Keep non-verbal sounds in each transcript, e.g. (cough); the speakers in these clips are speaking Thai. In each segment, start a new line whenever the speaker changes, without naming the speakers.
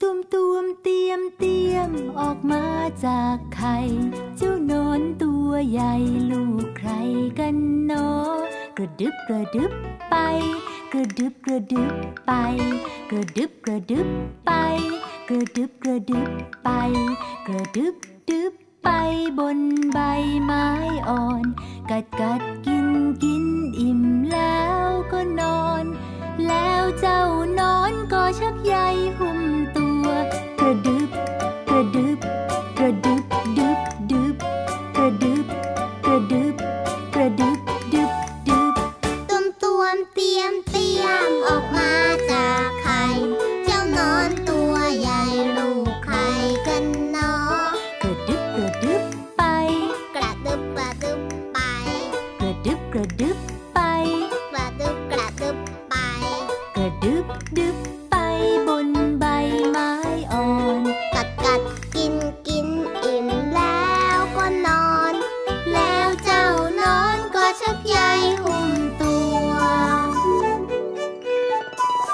ตุมตุมเตรียมเตรียมออกมาจากไข่ เจ้าหนอนตัวใหญ่ลูกใครกันเนอกระดึบกระดึบไป กระดึบกระดึบไป กระดึบกระดึบไป กระดึบกระดึบไป กระดึบดึบไปบนใบไม้อ่อน กัดกัดกินกินอิ่มแล้วก็นอน แล้วเจ้านอนก็ชักใยหุ้มตัว กระดึบ กระดึบ กระดึบดึบดึบกระดึบ กระดึบ กระดึบดึบดึบ
ตุ่มตวมเตรียมเตรียมออกมาจากไข่เจ้านอนตัวใหญ่ลูกไข่กันเนาะ
กระดึบกระดึบไป
กระดึบกระดึบไป
กระดึบกระดึบไป
กระดึบกระดึบไป
กระดึบดึบไปบนใบไม้อ่อน
กัดกัดกินกินอิ่มแล้วก็นอน แล้วเจ้านอนก็ชักใยหุ้มตัว
แข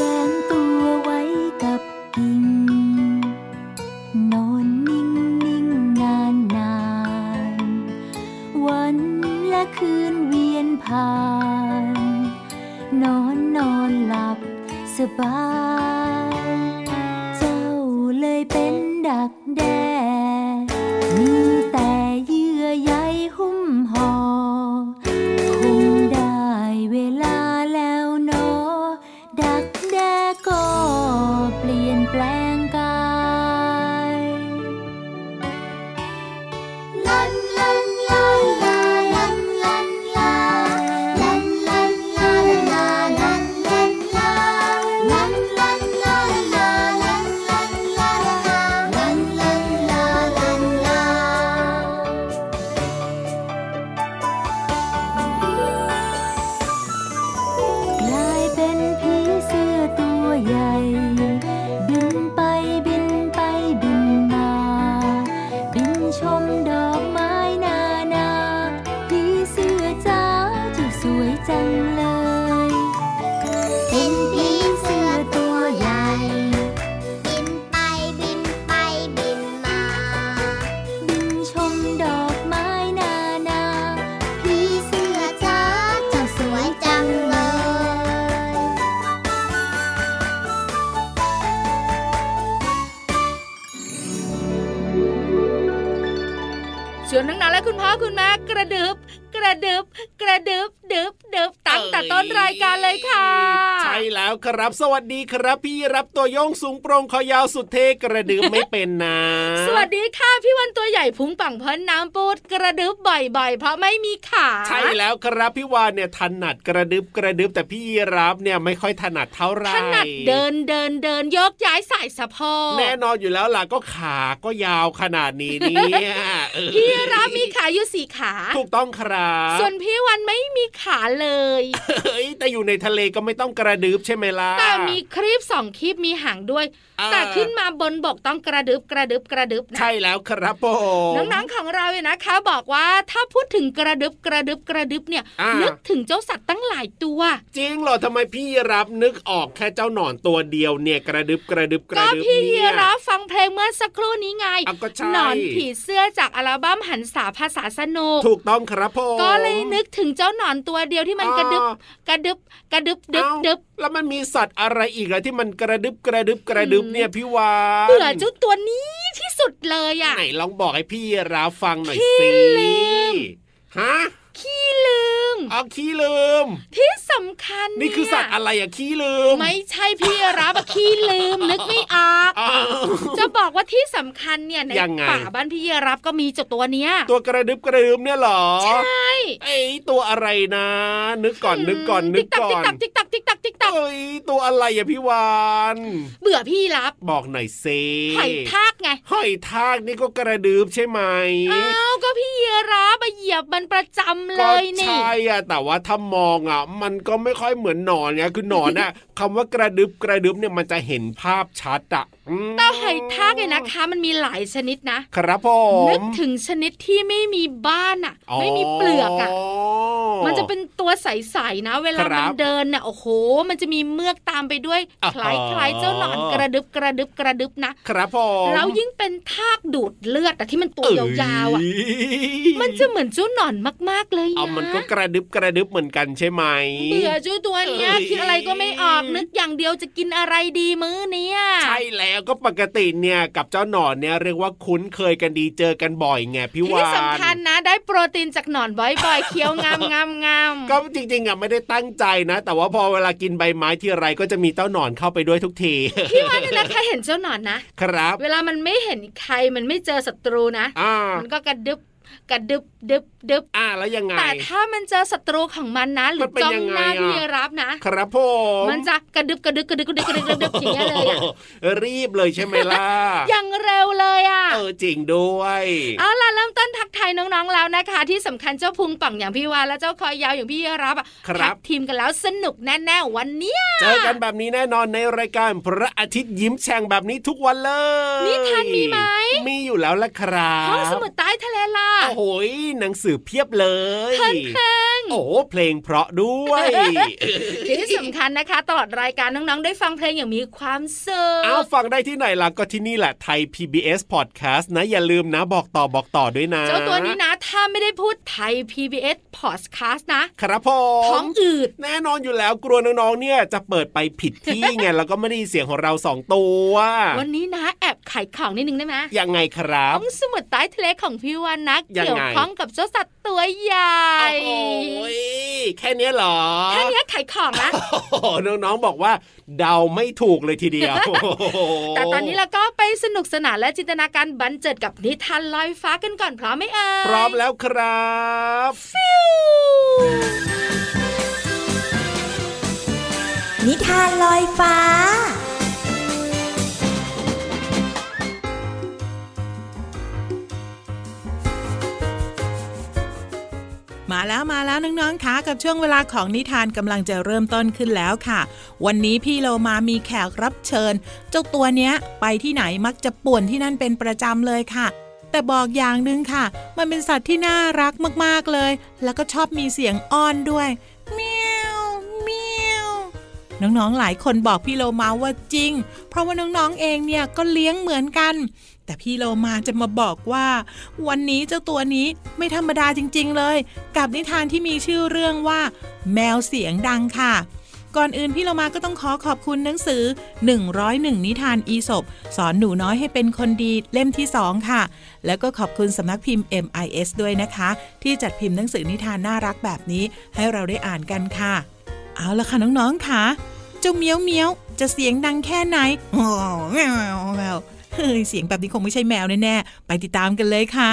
วนตัวไว้กับกิ่ง นอนนิ่งนิ่งนานนานวันและคืนเวียนผ่าน นอนนอนหลับสบาย เจ้าเลยเป็นดักแด้มีแต่เยื่อใยหุ้มห่อ คงได้เวลาแล้วเนอ ดักแด้ก็เปลี่ยนแปลงกาย
ลันลันลาลาลันลันลาลันลันลาลาลันลันลาลันลันลาลาลันลันลาลันลันลาลันลา
กลายเป็นผีเสื้อตัวใหญ่ บินไปบินไปบินมา บินชมดอกไม้นานาผีเสื้อจ้าเจ้าสวยจังเลย
เป็นผีเสื้อตัวใหญ่ บินไปบินไปบินมา
บินชมดอกไม้นานาผีเสื้อจ้าเจ้าส
ส
ว
วย ย
จั
จั
ง
งเล
เล
ย ย
ชวนน้องๆและคุณพ่อคุณแม่กระดึบกระดึบกระดึบดึบดึบตั้งแต่ต้นรายการเลยค่ะ
ใช่แล้วครับ สวัสดีครับ พี่รับตัวโยงสูงโปรงคอยาวสุดเท่กระดือไม่เป็นนะ
สวัสดีค่ะพี่วันตัวใหญ่พุงปังเพิ่นน้ำปูดกระดึบบ่อยๆ เพราะไม่มีขา
ใช่แล้วครับพี่วานเนี่ยถนัดกระดึบกระดึบแต่พี่รับเนี่ยไม่ค่อยถนัดเท่าไหร่
ถนัดเดินเดินเดินโยกย้ายสายสะโพก
แน่นอนอยู่แล้วล่ะก็ขาก็ยาวขนาดนี้เนี่ยเออ
(laughs) พี่รับมีขาอยู่สี่ขา
ถูกต้องครับ
ส่วนพี่วันไม่มีขาเลย
เฮ้ยแต่อยู่ในทะเลก็ไม่ต้องกระดึบใช่ไหมล่ะ
แต่มีครีบสองครีบมีหางด้วย
เออ
แต่ขึ้นมาบนบกต้องกระดึบกระดึบกระดึบนะ
ใช่แล้วครับผม
น้องๆของเราเนี่ยนะคะ บอกว่าถ้าพูดถึงกระดึบกระดึบกระดึบเนี่ย
อ่า
นึกถึงเจ้าสัตว์ตั้งหลายตัว
จริงเหรอทำไมพี่รับนึกออกแค่เจ้าหนอนตัวเดียวเนี่ยกระดึบกระดึบกระ
ก็
ดึบ
พี่
เนี่
ยี
ย
ราฟฟังเพลงเมื่อสักครู่นี้ไง
อ่ะก็ใช่
หนอนผีเสื้อจากอัลบั้มหันษาภาษาสนุก
ถูกต้องครับผม
ก็เลยนึกถึงเจ้าหนอนตัวเดียวที่มันกระดึบ
อ๋อก
ระดึบกระดึบดึบ
เอ้า
ดึบ
แล้วมันมีสัตว์อะไรอีกล่ะที่มันกระดึบกระดึบกระดึบเนี่ยพี่วาน
เบื่อเจ้าตัวนี้ที่สุดเลยอ่ะ
ไหนลองบอกให้พี่รับฟังหน่อย
ขี้
สิ
ลืม
ฮะ
ขี้ลืม
เอาขี้ลืม
ที่สำคัญ
นี่คือ
เย
สัตว์อะไรอะขี้ลืม
ไม่ใช่พี่ยีรับขี้ลืมนึกไม่ออก
อ้าว
(laughs) จะบ บอกว่าที่สำคัญเนี่ยใน
ยังไง
ป่าบ้านพี่เยรับก็มีเจ้าตัวเนี้ย
ตัวกระดึบกระดึบเนี่ยเหรอ
ใช่
ไอ้ตัวอะไรนะ นึกก่อนนึกก่อนนึ
ติ๊
ก
กตัก
ก่อน
ติ๊กตักติ๊กตักติ๊กตักติ๊กตัก
เอ้ยตัวอะไรอะพี่วาน
เบื่อพี่รับ
บอกหน่อยเซ
หอยทากไง
หอยทากนี่ก็กระดึบใช่ไหม
อ้าวก็พี่เยรับมาเหยียบมันประจำเล
ก็
ยนี่
ใช่อะแต่ว่าถ้ามองอะมันก็ไม่ค่อยเหมือนหนอนไงคือหนอน
(laughs)
อะ คำว่ากระดึบกระดึบเนี่ยมันจะเห็นภาพชัดอะอืม
เต้าไหอยทากเนี่ยนะคะ มันมีหลายชนิดนะครับ
ผ
นึ
ม
กถึงชนิดที่ไม่มีบ้านอ่ะ ไม่มีเปลือกอ่ะ มันจะเป็นตัวใสๆนะ เวลา
ครั
มั
บ
นเดินเนี่ยโอ้โห มันจะมีเมือกตามไปด้วย
อ่า
ค
ฮะ
ล้ายๆเจ้าหนอนกระดึบกระดึบกระดึบนะครับ
ผม
แล้วยิ่งเป็นทากดูดเลือดแต่ที่มันตัวยาวๆอ่ะ
เอ้ย
มันจะเหมือนเจ้าหนอนมากๆเลย
เอา
นะ
มันก็กระดึบกระดึบเหมือนกันใช่ไหม
เบื่อเจ้าตัวเนี้ย
เอ้ย
คิดอะไรก็ไม่ออกนึกอย่างเดียวจะกินอะไรดีมื้อเนี้ย
ใช่แล้วก็ปกติเนี่ยกับเจ้าหนอนเนี่ยเรียกว่าคุ้นเคยกันดีเจอกันบ่อยไงพี่วาน
ที่สำคัญนะ ได้โปรตีนจากหนอนบ่อยๆเคี้ยวงามงามงามๆๆ
ก็จริงๆอ่ะไม่ได้ตั้งใจนะ แต่ว่าพอเวลากินใบไม้ที่ไรก็จะมีเต้าหนอนเข้าไปด้วยทุกที (laughs)
พี่ว่าเนี่ยนะคะเห็นเจ้าหนอนนะ
ครับ
เวลามันไม่เห็นใครมันไม่เจอศัตรูนะ
อ่า
มันก็กระดึบกระดึบดึบดึบ
อ่าแล้วยังไง
แต่ถ้ามันเจอศัตรูของมันนะ หรื
มั
อน
เป็น
จ้อง
ยังไง
หน้า
อะ
พี่รับนะครับ
ผม
มันจะกระดึบกระดึบกระดึบกระดึบกระดึบกระดึบอย่างเงี้ยเลยอะ
รีบเลยใช่ไหมล่ะ
อย่างเร็วเลยอ่ะ
เออจริงด้วย
เอาล่ะเริ่มต้นทักทายน้องๆแล้วนะคะ ที่สำคัญเจ้าพุงป่องอย่างพี่วานและเจ้าคอยยาวอย่างพี่รับอะ
ค
ทั
รับ
กทีมกันแล้วสนุกแน่ๆวันเนี้ย
เจอกันแบบนี้แน่นอนในรายการพระอาทิตย์ยิ้มแฉ่งแบบนี้ทุกวันเลย
นิทานมีไหม
มีอยู่แล้วละครับ
ห้องสมุดใต้ทะเลล่ะ
โอ้โหยหนังสือเพียบเลย
เพลินเพลง
โอ้โหเพลงเพราะด้วย
ที่สำคัญนะคะ ตลอดรายการน้อง ๆ ได้ฟังเพลงอย่างมีความสุ
เอา
ข
ฟังได้ที่ไหนล่ะก็ที่นี่แหละไทย PBS Podcast นะ อย่าลืมนะบอกต่อบอกต่อด้วยนะ
เจ้าตัวนี้นะ ถ้าไม่ได้พูดไทย PBS Podcast นะ
ครับผม
ท้องอืด
แน่นอนอยู่แล้วกลัวน้องๆเนี่ยจะเปิดไปผิดที่ไง (laughs) แล้วก็ไม่ได้ยินเสียงของเราสองตัว
วันนี้นะ แอบไขายของนิดนึงได้ไหม
ยังไงครับ
ต้องสมุดใต้ทะเลของพี่วันนะ
ยังไง
เกี่ยวข้องกับเจ้าสัตว์ตัวใหญ่
โอ้โหยแค่เนี้ยเหรอ
แค่เนี้ยไขายของละ
โอ้โหน้องๆบอกว่า เดาไม่ถูกเลยทีเดียว
แต่ตอนนี้เราก็ไปสนุกสนานและจินตนาการบันเจิดกับนิทานลอยฟ้ากันก่อนพร้อมไหมเอ่ย
พร้อมแล้วครับ
นิทานลอยฟ้า
มาแล้วมาแล้วน้องๆคะกับช่วงเวลาของนิทานกำลังจะเริ่มต้นขึ้นแล้วค่ะ วันนี้พี่โลมามีแขกรับเชิญ เจ้าตัวเนี้ยไปที่ไหนมักจะป่วนที่นั่นเป็นประจำเลยค่ะ แต่บอกอย่างหนึ่งค่ะ มันเป็นสัตว์ที่น่ารักมากๆเลย แล้วก็ชอบมีเสียงอ้อนด้วยเมียวเมียว น้องๆ หลายคนบอกพี่โลมาว่าจริง เพราะว่าน้องๆ เองเนี่ยก็เลี้ยงเหมือนกัน แต่พี่โลมาจะมาบอกว่า วันนี้เจ้าตัวนี้ไม่ธรรมดาจริง ๆ เลย กับนิทานที่มีชื่อเรื่องว่า แมวเสียงดังค่ะ ก่อนอื่นพี่โลมาก็ต้องขอขอบคุณหนังสือ 101 นิทานอีสบสอนหนูน้อยให้เป็นคนดีเล่มที่ 2 ค่ะ แล้วก็ขอบคุณสำนักพิมพ์ MIS ด้วยนะคะ ที่จัดพิมพ์หนังสือนิทานน่ารักแบบนี้ให้เราได้อ่านกันค่ะ เอาละค่ะน้องๆค่ะ เจ้าเมียวเมียวจะเสียงดังแค่ไหนโอ้แมวแมวเฮ้ยเสียงแบบนี้คงไม่ใช่แมวแน่ๆ ไปติดตามกันเลยค่ะ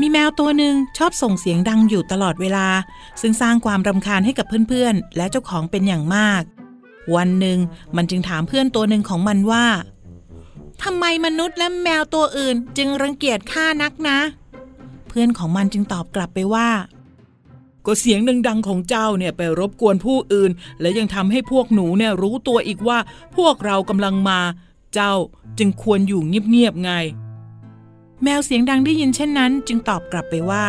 มีแมวตัวหนึ่งชอบส่งเสียงดังอยู่ตลอดเวลา ซึ่งสร้างความรำคาญให้กับเพื่อนๆ และเจ้าของเป็นอย่างมาก วันหนึ่งมันจึงถามเพื่อนตัวหนึ่งของมันว่าทำไมมนุษย์และแมวตัวอื่นจึงรังเกียจข้านักนะ เพื่อนของมันจึงตอบกลับไปว่า ก็เสียงดังๆของเจ้าเนี่ยไปรบกวนผู้อื่น และยังทำให้พวกหนูเนี่ยรู้ตัวอีกว่า พวกเรากำลังมา เจ้าจึงควรอยู่เงียบๆไง แมวเสียงดังได้ยินเช่นนั้น จึงตอบกลับไปว่า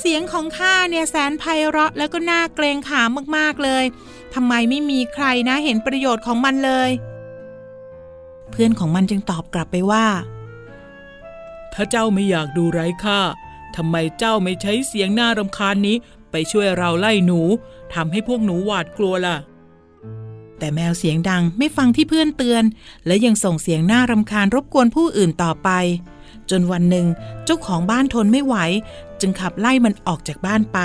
เสียงของข้าเนี่ยแสนไพเราะแล้วก็น่าเกรงขามมากๆเลยทำไมไม่มีใครนะเห็นประโยชน์ของมันเลย เพื่อนของมันจึงตอบกลับไปว่า ถ้าเจ้าไม่อยากดูไร้ค่า ทำไมเจ้าไม่ใช้เสียงน่ารำคาญนี้ ไปช่วยเราไล่หนู ทำให้พวกหนูหวาดกลัวล่ะ แต่แมวเสียงดังไม่ฟังที่เพื่อนเตือน และยังส่งเสียงน่ารำคาญรบกวนผู้อื่นต่อไป จนวันหนึ่งเจ้าของบ้านทนไม่ไหว จึงขับไล่มันออกจากบ้านไป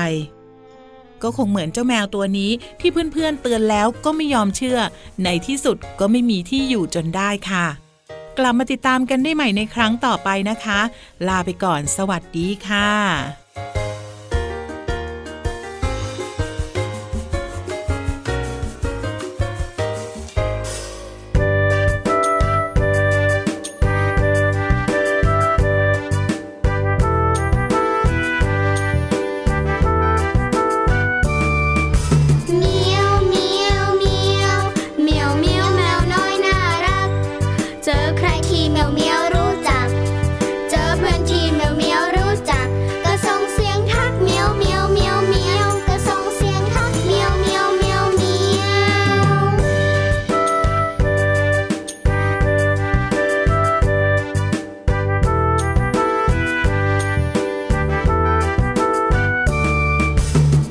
ก็คงเหมือนเจ้าแมวตัวนี้ที่เพื่อนๆเตือนแล้วก็ไม่ยอมเชื่อ ในที่สุดก็ไม่มีที่อยู่จนได้ค่ะ กลับมาติดตามกันได้ใหม่ในครั้งต่อไปนะคะ ลาไปก่อนสวัสดีค่ะ
เมียวเมียวเมียวเมียวเมียวแมวน้อยน่ารัก เจอใครที่เมียวเมียวรู้จัก เจอเพื่อนที่เมียวเมียวรู้จัก ก็ส่งเสียงทักเมียวเมียวเมียวเมียวก็ส่งเสียงทักเมียวเมียวเมียวเมียว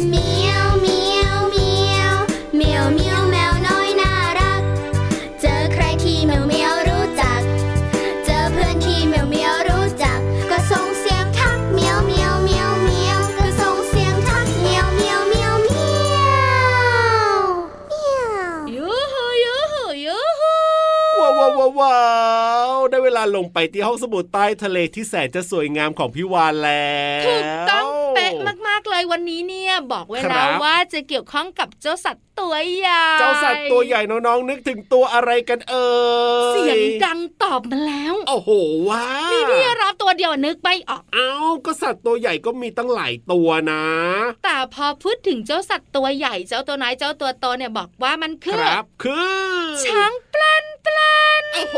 เมียวเมียวเมียวเมียวเมียวแมวน้อยน่ารัก เจอใครที่เมียวเมียวรู้จัก เจอเพื่อนที่เมียวเมียวรู้จัก ก็ส่งเสียงทักเมียวเมียวเมียวเมียวก็ส่งเสียงทักเมียวเมียวเมียวเมียวเมียว
ยูหูยูหูยูหู
ว้าวว้าวว้าวว้าวได้เวลาลงไปที่ห้องสมุดใต้ทะเลที่แสนจะสวยงามของพี่วานแล้ว
ถูกต้องเป๊ะมากๆเลยวันนี้เนี่ย บอกไว้แล้
คว รับ
ว่าจะเกี่ยวข้องกับเจ้าสัตว์ตัวใหญ่
เจ้าสัตว์ตัวใหญ่น้องๆนึกถึงตัวอะไรกันเอ่ย
เสียงดังตอบมาแล้ว
โอ้โหว้าว
มีพี่รับตัวเดียวนึกไม่ออก
เอ้าก็สัตว์ตัวใหญ่ก็มีตั้งหลายตัวนะ
แต่พอพูดถึงเจ้าสัตว์ตัวใหญ่เจ้าตัวน้อยเจ้าตัวโตเนี่ยบอกว่ามัน
ค
คือ
รับคือ
ช้างปลันปลัน
โอ้โห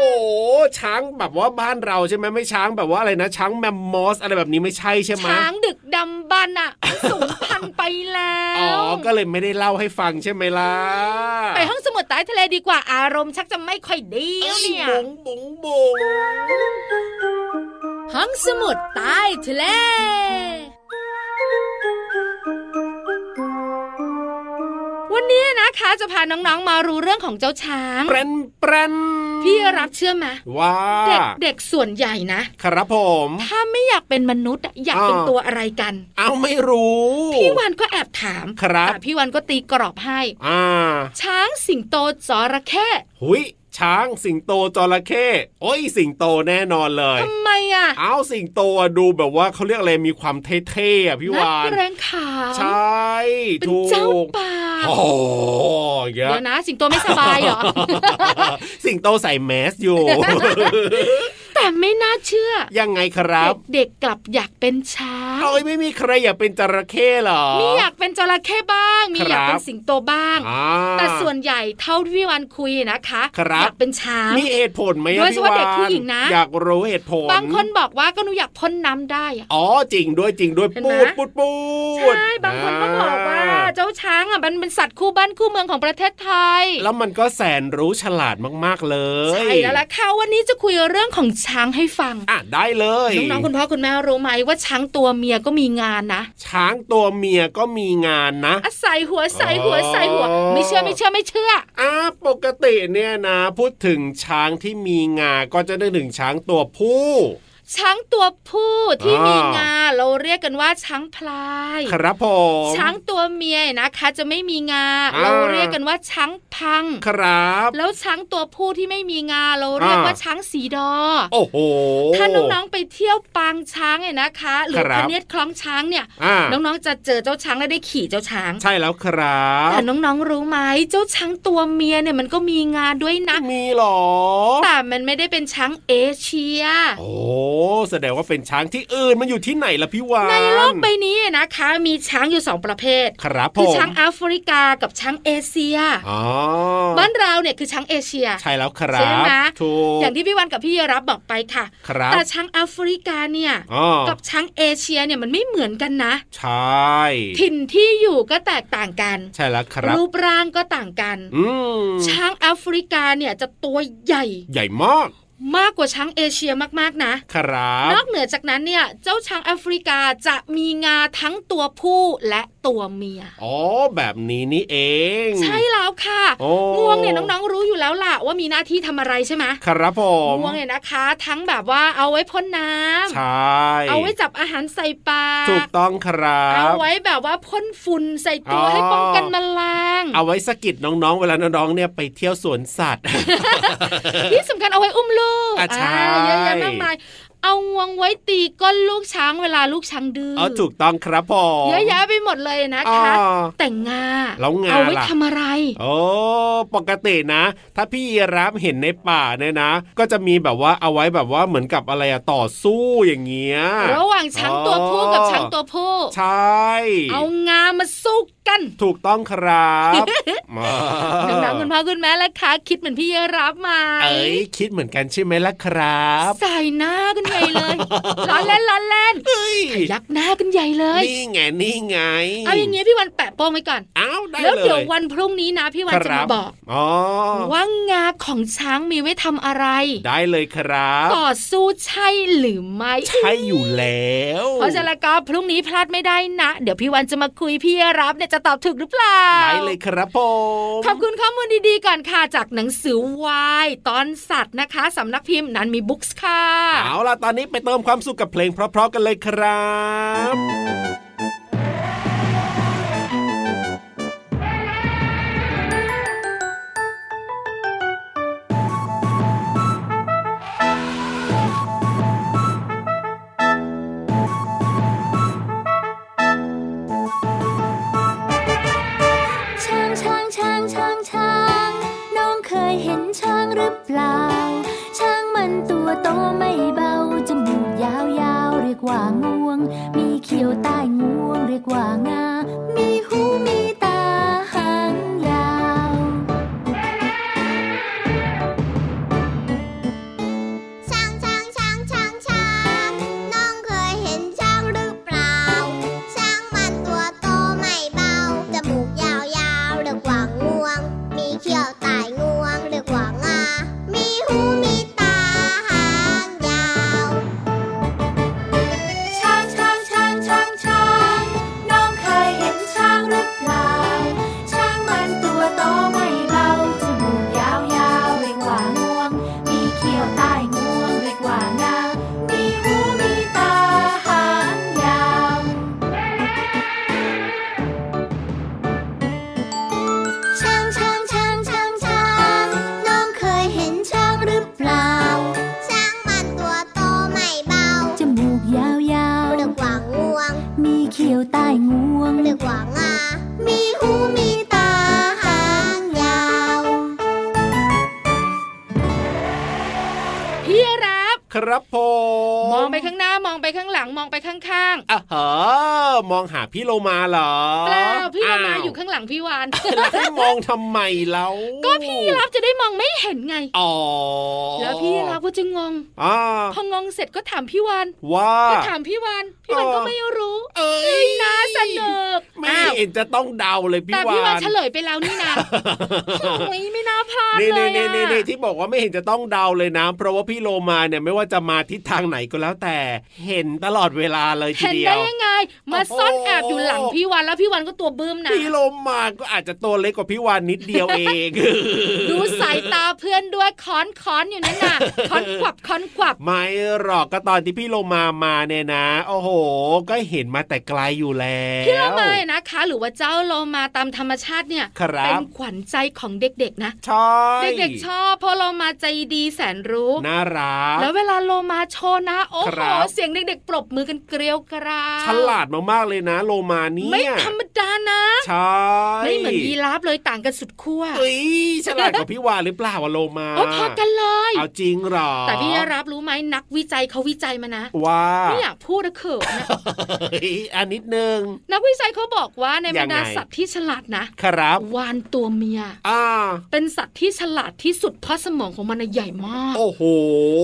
ช้างแบบว่าบ้านเราใช่ไหมไม่ช้างแบบว่าอะไรนะช้างแมมมอสอะไรแบบนี้ไม่ใช่ใช่ไหม
ช้างดึกดำบันอะสูงพันธุ์ไปแล้
อ๋อ
ว
ก็เลยไม่ได้เล่าให้ฟังใช่ไหมล่ะ
ไปห้องสมุดใต้ทะเลดีกว่าอารมณ์ชักจะไม่ค่อยดีแล้วเนี่ย
บงบงบง
ห้องสมุดใต้ทะเล วันนี้นะคะจะพาน้องๆมารู้เรื่องของเจ้าช้าง
เปรนเปรน
พี่รับเชื่อไหม
ว้า
เด็กเด็กส่วนใหญ่นะ
ครับผม
ถ้าไม่อยากเป็นมนุษย์อะอยากเป็น
อ่า
ตัวอะไรกัน
เอาไม่รู้
พี่วันก็แอบถาม
ครับ
แต่พี่วันก็ตีกรอบให้
อ่า
ช้างสิงโตจระเข้
หุยช้างสิงโตจระเข้โอ้ยสิงโตแน่นอนเลย
ทำไมอ่ะ
เอาสิงโตอะดูแบบว่าเขาเรียกอะไรมีความเท่ๆอ่ะพี่
นัก
วาน
เกรงขาว
ใช่
เป็น
ถูก
เจ้าป่า
โอ้ยเย
เดี๋
อะ
ยวนะ สิงโตไม่สบายเหร
(laughs)
อ
สิงโตใส่แมสอยู่ (laughs)
แต่ไม่น่าเชื่อ
ยังไงครับ
เด็กๆกลับอยากเป็นช้าง
เอ้ยไม่มีใครอยากเป็นจระเข้เหรอ
มีอยากเป็นจระเข้บ้าง มีอยาก
ค
เป็
รับ
นสิงโตบ้าง
อ่า
แต่ส่วนใหญ่เท่าที่พี่วันคุยนะคะ
ครับ
อยากเป็นช้าง
มีเหตุผลไหมอะ
โดยเฉ
พี่
พาะ
วา
เด็กผู้
น
หญิงนะ
อยากรู้เหตุผล
บางคนบอกว่าก็หนูอยากพ่นน้ำได้อะ
อ๋อจริงด้วยจริงด้วย
เห็นไหม
ปูดปูดปู
ใช่
ด
บางคนก็บอกว่าเจ้าช้างอ่ะมันเป็นสัตว์คู่บ้านคู่เมืองของประเทศไทย
แล้วมันก็แสนรู้ฉลาดมากๆเลย
ใช่แล้วล่ะค่ะวันนี้จะคุยเรื่องของช้างให้ฟัง
อ่ะได้เลย
น้องๆคุณพ่อคุณแม่รู้ไหมว่าช้างตัวเมียก็มีงานนะ
ช้างตัวเมียก็มีงานนะ
อาศัยหัวใส่หัว
อ๋อ
ใส่หัว ไม่เชื่อไม่เชื่อไม่เชื่อ
อ่ะปกติเนี่ยนะ พูดถึงช้างที่มีงา ก็จะได้ถึงช้างตัวผู้
ช้างตัวผู้ที่
อ๋อ
มีงาเราเรียกกันว่าช้างพลาย
ครับผม
ช้างตัวเมียนะคะ จะไม่มีงา
อ่า
เราเรียกกันว่าช้างพัง
ครับ
แล้วช้างตัวผู้ที่ไม่มีงาเราเรียกว่าช้างสีดอ
โอ้โห
ถ้าน้องๆไปเที่ยวปางช้างเนี่ยนะคะ หรือ
ครับ
พเนียดคล้องช้างเนี่ย
อ่ะ
น้องๆจะเจอเจ้าช้างและได้ขี่เจ้าช้าง
ใช่แล้วครับ
แต่น้องๆรู้ไหมเจ้าช้างตัวเมียเนี่ยมันก็มีงาด้วยนะ
มีเหรอ
แต่มันไม่ได้เป็นช้างเอเชีย
โอ้แสดงว่าเป็นช้างที่อื่นมันอยู่ที่ไหนล่ะพี่วาน
ในโลกใบนี้นะคะ มีช้างอยู่สองประเภท
ครับผ
คือ
ม
ช้างแอฟริกากับช้างเอเชีย
อ๋อ
บ้านเราเนี่ยคือช้างเอเชีย
ใช่แล้วค
ใช่
รั
ไหม
บ
คะ
ถูก
อย่างที่พี่วันกับพี่รับบอกไปค่ะ
ครับ
แต่ช้างแอฟริกาเนี่ย
อ๋อ
กับช้างเอเชียเนี่ยมันไม่เหมือนกันนะ
ใช่
ถิ่นที่อยู่ก็แตกต่างกัน
ใช่แล้วครับ
รูปร่างก็ต่างกัน
อืม
ช้างแอฟริกาเนี่ยจะตัวใหญ่
ใหญ่มาก
มากกว่าช้างเอเชียมากๆนะ
ครับ
นอกเหนือจากนั้นเนี่ย เจ้าช้างแอฟริกาจะมีงาทั้งตัวผู้และตัวเมีย
อ๋อ แบบนี้นี่เอง
ใช่แล้วค่ะ
โอ้
งวงเนี่ยน้องๆรู้อยู่แล้วล่ะว่ามีหน้าที่ทำอะไรใช่ไหม
ครับผม
งวงเนี่ยนะคะ ทั้งแบบว่าเอาไว้พ่นน้ำ
ใช่
เอาไว้จับอาหารใส่ปาก
ถูกต้องครับ
เอาไว้แบบว่าพ่นฝุ่นใส่ตัว
อ๋อ
ให้ป้องกันแมลง
เอาไว้สะกิดน้องๆ เวลาน้องๆ เนี่ยไปเที่ยวสวนสั
(laughs)
ตว์
ที่สำคัญเอาไว้อุ้มลูก
อ่ะใช่
อ่าเยอะแยะมากมายเอางวงไว้ตีก้นลูกช้างเวลาลูกช้างดื้อ
อ๋อถูกต้องครับผม
เยอะแยะไปหมดเลยนะคะ
อ๋อ
แต่งงา
แล้วงา
เอาไว้
ล่ะ
ทำอะไร
โอ้ปกตินะ ถ้าพี่ยีรับเห็นในป่าเนี่ยนะ ก็จะมีแบบว่าเอาไว้แบบว่าเหมือนกับอะไรอะต่อสู้อย่างเงี้ย
ระหว่างช้างตัวผู้กับช้างตัวผู้
ใช่
เอางามาสู้กัน
ถูกต้อง
(laughs)
ครับมา
น้องๆคุณพ่อคุณแม่และคะคิดเหมือนพี่เยรับไหมา
เอ้ยคิดเหมือนกันใช่ไหมล่ะครับ
ใส่หน้ากันใหญ่เลย
(laughs)
ล้อเล่นล้อเล่น
เฮ้ย
ยักหน้ากันใหญ่เลย
นี่ไงนี่ไง
เอาอย่างเงี้ยพี่วันแปะโป้งไว้ก่อน
อ้าวได้
แล้ว
เลย
เดี๋ยววันพรุ่งนี้นะ พี่วันจะ
ครั
มาบอก
อ๋อ
ว่างาของช้างมีไว้ทำอะไร
ได้เลยครับ
ต่อสู้ใช่หรือไม่
ใช่อยู่แล้ว
เพราะฉะนั้นก็พรุ่งนี้พลาดไม่ได้นะ เดี๋ยวพี่วันจะมาคุยพี่เยรับเนี่ยจะตอบถูกหรือเปล่า
ได้เลยครับผม
ขอบคุณข้อมูลดีๆก่อนค่ะ จากหนังสือวายตอนสัตว์นะคะ สำนักพิมพ์นันมีบุ๊กส์ค่ะ
เอาล่ะตอนนี้ไปเติมความสุขกับเพลงเพราะๆกันเลยครับ
ช้างช้างช้างช้างช้าง น้องเคยเห็นช้างหรือเปล่า ช้างมันตัวโตไม่เบา จมูกยาวยาวๆเรียกว่างวง มีเขียวใต้งวงเรียกว่างา มีหูมีตาหางยาว
ช้างช้างช้างช้างช้างน้องเคยเห็นช้างหรือเปล่า ช้างมันตัวโตไม่เบา จมูกยาวยาวๆเรียกว่างวง มีเขี้ยวใต้งวงเรียกว่างา มีหูมีตาหางยาว
ช้างช้างช้างช้างช้าง น้องเคยเห็นช้างหรือเปล่า ช้างมันตัวโตไม่เบา จมูกยาวยาวๆเรียกว่างวง มีเขี้ยวใต้งวงเรียกว่างา มีหูมีตาหางยาว
ช้างช้างช้างช้างช้าง น้องเคยเห็นช้างหรือเปล่า ช้างมันตัวโตไม่เบา
จมูกยาวยาว
เรียกว่างวง
ๆมีเขี้ยวใต้งวง
เรียกว่างา มีหูมีตาหางยาว
พี่รับ
ครับผม
มองไปข้างหน้ามองไปข้างหลังมองไปข้าง
อ่ะเหรอมองหาพี่โลมาเหรอ
ๆเปล่าพี่เรามาอยู่ข้า
ข้าง
งหลังพี่วาน
แล้วให้มองทำไมแล้ว
ก็พี่รับจะได้มองไม่เห็นไง
อ๋อ
แล้วพี่รับก็จะงง
อ่า
พองงเสร็จก็ถามพี่วาน
ว่า
พอถามพี่วานพี่วาน
เออ
ก็ไม่รู้
เอ้ย
น่าสนุก
ไม่
อ้าว
เอ็นจะต้องเดาเลยพี่
แต่พี่วาน
น
เฉลยไปแล้วนี่
(laughs)
นะโอ้ยไม่น่าพลาด
นี่
เล
นี่
ย
นี่
อะ
นี่นี่ที่บอกว่าไม่เห็นจะต้องเดาเลยนะ เพราะว่าพี่โลมาเนี่ยไม่ว่าจะมาทิศทางไหนก็แล้วแต่ เห็นตลอดเวลาเลยที
เห็น
เดีย
ได้
ว
ยังไง มา
โอ้โห
ซ่อนแอบอยู่หลังพี่วันแล้วพี่วันก็ตัวบื้มนะ
พี่โลมาก็อาจจะตัวเล็กกว่าพี่วานนิดเดียวเอง (laughs)
ดูสายตาเพื่อนด้วยค้อนค้อนอยู่นั่น
(laughs)
น่ะ ค้อนขวับค้อนขวับ
ไม่หรอกก็ตอนที่พี่โลมามาเนี่ยนะ โอ้โห ก็เห็นมาแต่ไกลอยู่แล้ว
พี่โลมาเนี่ยนะคะ หรือว่าเจ้าโลมาตามธรรมชาติเนี่ย
ครั
เป็น
บ
ขวัญใจของเด็กๆนะ
ใช่
เด็กๆชอบเพราะโลมาใจดีแสนรู้
น่ารัก
แล้วเวลาโลมาโชว์นะ โอ้
ค
โห
รับ
เสียงเด็กๆ ปรบมือกันเกลียวกราด
ฉลาดมากๆเลยนะ โลมาเนี่ย
ไม่ธรรมดานะ
ใช่
ไม่เหมือนยีราฟเลยต่างกันสุดขั้ว
เอ้ยฉลาดกว่าพี่วานหรือเปล่าวะโลมา
โอ้พอกันเลย
เอาจริงเหรอ
แต่พี่รับรู้ไหมนักวิจัยเขาวิจัยมานะ
ว่า
ไม่อยากพูดนะเขินนะ
เฮ้ยอันนิดนึง
นักวิจัยเขาบอกว่าในบรรดาย
งไง
สัตว์ที่ฉลาดนะครับ วานตัวเมีย
อ่า
เป็นสัตว์ที่ฉลาดที่สุดเพราะสมองของมันน่ะใหญ่มาก
โอ้โห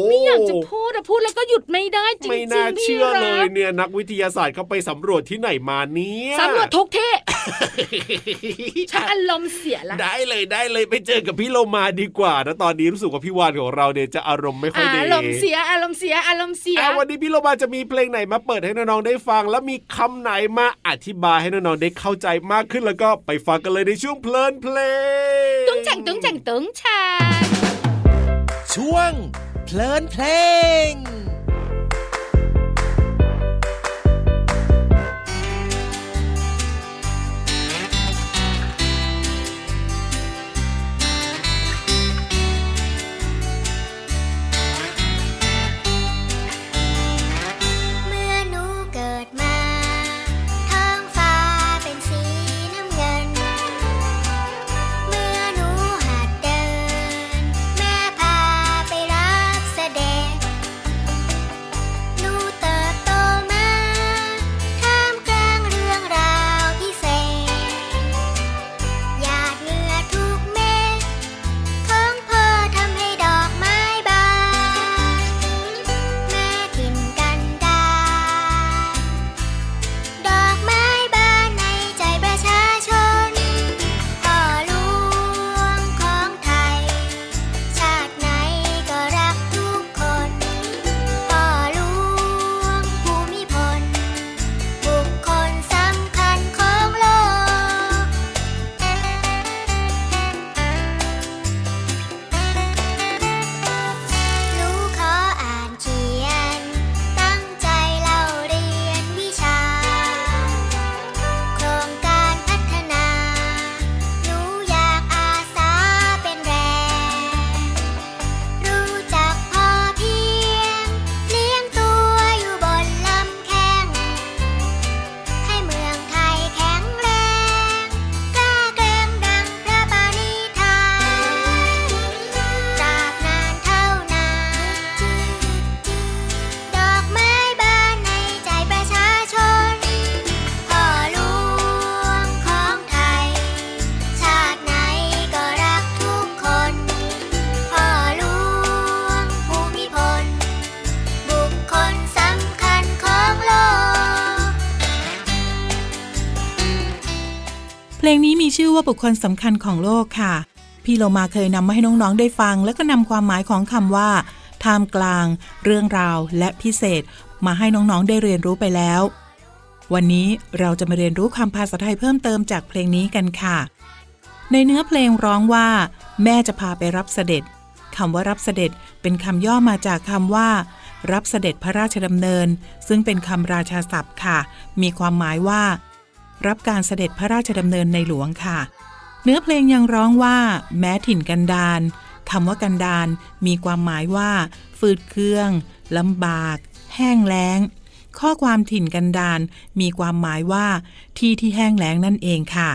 ไม่อยากจะพู พูดอะพูดแล้วก็หยุดไม่ได้จริงๆ
ไม่น่าเชื่อ
พี่
เล
รั
ย
บ
เนี่ยนักวิทยาศาสตร์เขาไปสำรวจที่ไหนมาเนี่ย
สำรวจทุกเทศ
(laughs)
ชักอารมณ์เสียละ
ได้เลยได้เลยไปเจอกับพี่โลมาดีกว่านะตอนนี้รู้สึกว่าพี่วานของเราเนี่ยจะอารมณ์ไม่ค่อยดี
อารมณ์เสียอารมณ์เสียอารมณ์เสีย
อ่ะวันนี้พี่โลมาจะมีเพลงไหนมาเปิดให้น้องๆได้ฟัง แล้วมีคำไหนมาอธิบายให้น้องๆได้เข้าใจมากขึ้นแล้วก็ไปฟังกันเลยในช่วงเพลินเพลง
ตุ้งแจงตุ้งแจงตุ้งแจง
ช่วงเพลินเพลง
เมื่อหนูเกิดมา ท้องฟ้าเป็นสีน้ำเงิน เมื่อหนูหัดเดิน แม่พาไปรับเสด็จ หนูเติบโตมาท่ามกลางเรื่องราวพิเศษ หยาดเหงื่อทุกเม็ดของพ่อทำให้ดอกไม้บาน แม่ทิมกันดา ดอกไม้บานในใจประชาชนพ่อหลวงของไทย ชาติไหนก็รักทุกคนพ่อหลวงภูมิพล บุคคลสำคัญของโลก หนูขออ่านเขียน ตั้งใจเล่าเรียนวิชา โครงการพัฒนา หนูอยากอาสาเป็นแรง รู้จักพอเพียง เลี้ยงตัวอยู่บนลำแข้ง ให้เมืองไทยแข็งแรง กล้าเกรงดังพระปาณิธานตราบนานเท่านาน ดอกไม้บานในใจประชาชน พ่อหลวงของไทย ชาติไหนก็รักทุกคน พ่อหลวงภูมิพล บุคคลสำคัญของโลก
เพลงนี้มีชื่อว่าบุคคลสำคัญของโลกค่ะ พี่โลมาเคยนำมาให้น้องๆได้ฟัง และก็นำความหมายของคำว่าท่ามกลาง เรื่องราว และพิเศษ มาให้น้องๆได้เรียนรู้ไปแล้ว วันนี้เราจะมาเรียนรู้คำภาษาไทยเพิ่มเติมจากเพลงนี้กันค่ะ ในเนื้อเพลงร้องว่า แม่จะพาไปรับเสด็จคำว่ารับเสด็จเป็นคำย่อมาจากคำว่า รับเสด็จพระราชดำเนิน ซึ่งเป็นคำราชาศัพท์ค่ะ มีความหมายว่า รับการเสด็จพระราชดำเนินในหลวงค่ะ เนื้อเพลงยังร้องว่า แม้ถิ่นกันดารคำว่ากันดารมีความหมายว่า ฝืดเคืองลำบาก แห้งแล้ง ข้อความถิ่นกันดารมีความหมายว่า ที่ที่แห้งแล้งนั่นเองค่ะ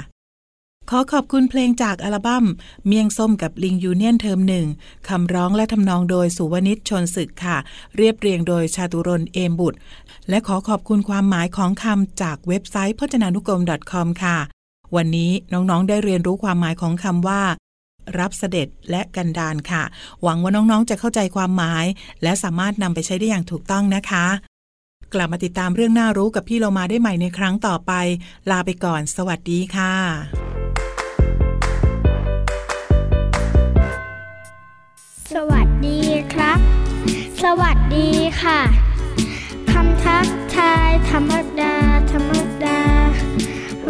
ขอขอบคุณเพลงจากอัลบั้มเมียงส้มกับลิงยูเนียนเทอมหนึ่งคำร้องและทำนองโดยสุวนิชชนศึกค่ะ เรียบเรียงโดยชาตุรนต์เอมบุตร และขอขอบคุณความหมายของคำจากเว็บไซต์พจนานุกรม .com ค่ะ วันนี้น้องๆได้เรียนรู้ความหมายของคำว่า รับเสด็จและกันดารค่ะ หวังว่าน้องๆจะเข้าใจความหมาย และสามารถนำไปใช้ได้อย่างถูกต้องนะคะ กลับมาติดตามเรื่องน่ารู้กับพี่เรามาได้ใหม่ในครั้งต่อไป ลาไปก่อน สวัสดีค่ะ
สวัสดีครับ สวัสดีค่ะ คำทักทายธรรมดา ธรรมดา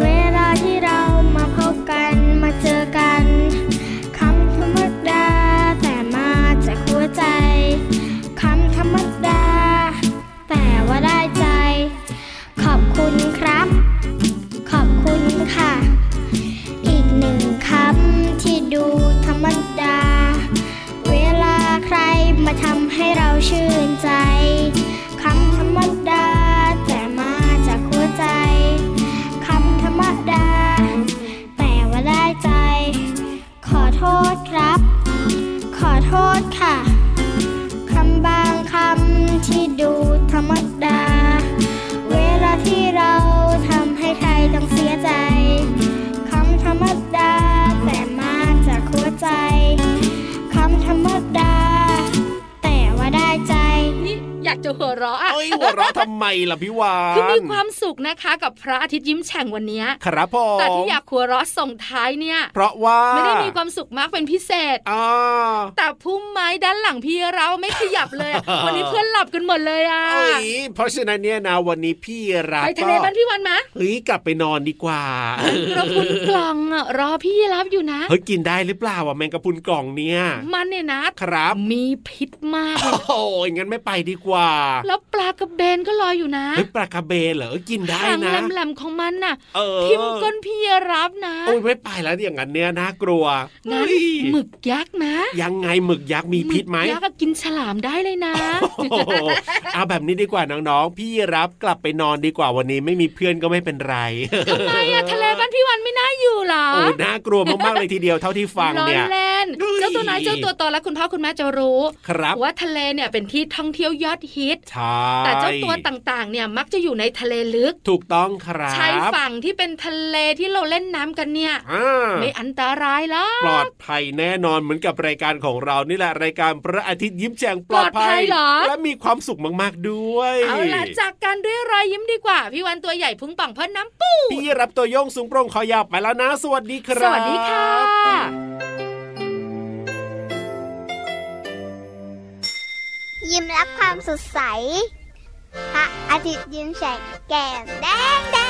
เวลาที่เรามาพบกันมาเจอกัน คำธรรมดา แต่มาจากหัวใจ คำธรรมดา แต่ว่าได้ใจ ขอบคุณครับ ขอบคุณค่ะ อีกหนึ่งคำที่ดูธรรมดา เวลาใครมาทำให้เราชื่นใจ คำธรรมดา แต่มาจากหัวใจ คำธรรมดา แต่ว่าได้ใจ ขอโทษครับ ขอโทษค่ะ คำบางคำที่ดูธรรมดา เวลาที่เราทำให้ใครต้องเสียใจ คำธรรมดา แต่มาจากหัวใจ คำธรรมดา แต่ว่าได้ใจ
เ จะหัวเราะอะ
เอ้ยหัวเราะทำไมล่ะพี่วาน
คือมีความสุขนะคะกับพระอาทิตย์ยิ้มแฉ่งวันเนี้ย
ครับพ่อ
แต่ที่อยากหัวเราะส่งท้ายเนี่ย
เพราะว่า
ไม่ได้มีความสุขมากเป็นพิเศษ
อ่า
แต่พุ่มไม้ด้านหลังพี่เราไม่ขยับเลยอะ วันนี้เพื่อนหลับกันหมดเลยอ่ะ
เอ้ยเพราะฉะนั้นเนี่ยนะวันนี้พี่รับ
ไปทะเลบ้านพี่วันมะ
เฮ้ยกลับไปนอนดี
(laughs)
กว่า
กระพุนกล่องอะรอพี่รับอยู่นะ
เฮ้ยกินได้หรือเปล่าอะแมงกะพรุนกล่องเนี่ย
มันเนี่ยนะครับ มีพิษมากเลย
โอ้ยงั้นไม่ไปดีกว่า
แล้วปลากระเบนก็ลอยอยู่นะ
เฮ้ยปลากระเบนเหรอเอ้ยกินได้
หาง
นะ
แหลมๆของมันน่ะ
เออ
ทิ่มก้นพี่รับนะ
โอ้ยไม่ไปแล้วอย่างนั้นเนี่ยน่ากลัว
งั้น
เฮ้ย
หมึกยักษ์นะ
ยังไงหมึกยักษ์มีพิษไหม
(laughs) กยักษ์อะกินฉลามได้เลยนะ
โอ้โหเอาแบบนี้ดีกว่าน้องๆพี่รับกลับไปนอนดีกว่าวันนี้ไม่มีเพื่อนก็ไม่เป็นไร (laughs)
ทำไมอะทะเลบ้านพี่วันไม่น่าอยู่เหรอ
โอ้ยน่ากลัวมากๆเลยทีเดียวเท่าที่ฟังเนี่ย
ล้อเล่น
เฮ้ย
เจ้าตัวน้อยเจ้าตัวโตและคุณพ่อคุณแม่จะรู้
ครับ
ว่าทะเลเนี่ยเป็นที่ท่องเที่ยวยอดฮิต
ใช่
แต่เจ้าตัวต่างๆ เนี่ยมักจะอยู่ในทะเลลึก
ถูกต้องครับ
ชายฝั่งที่เป็นทะเลที่เราเล่นน้ำกันเนี่ย
อ่า
ไม่อันตรายหรอก
ปลอดภัยแน่นอนเหมือนกับรายการของเรานี่แหละรายการพระอาทิตย์ยิ้มแจงปลอดภัย และมีความสุขมากๆด้วย
เอาล่ะจากกันด้วยรอยยิ้มดีกว่า พี่วันตัวใหญ่พุงป่องพ่นน้ำปู
พี่รับตัวโยงสูงโปร่งคอยาวไปแล้วนะ สวัสดีครับ
สวัสดีค่ะ
ยิ้มรับความสดใส พระอาทิตย์ยิ้มแฉกแก้มแดงแดง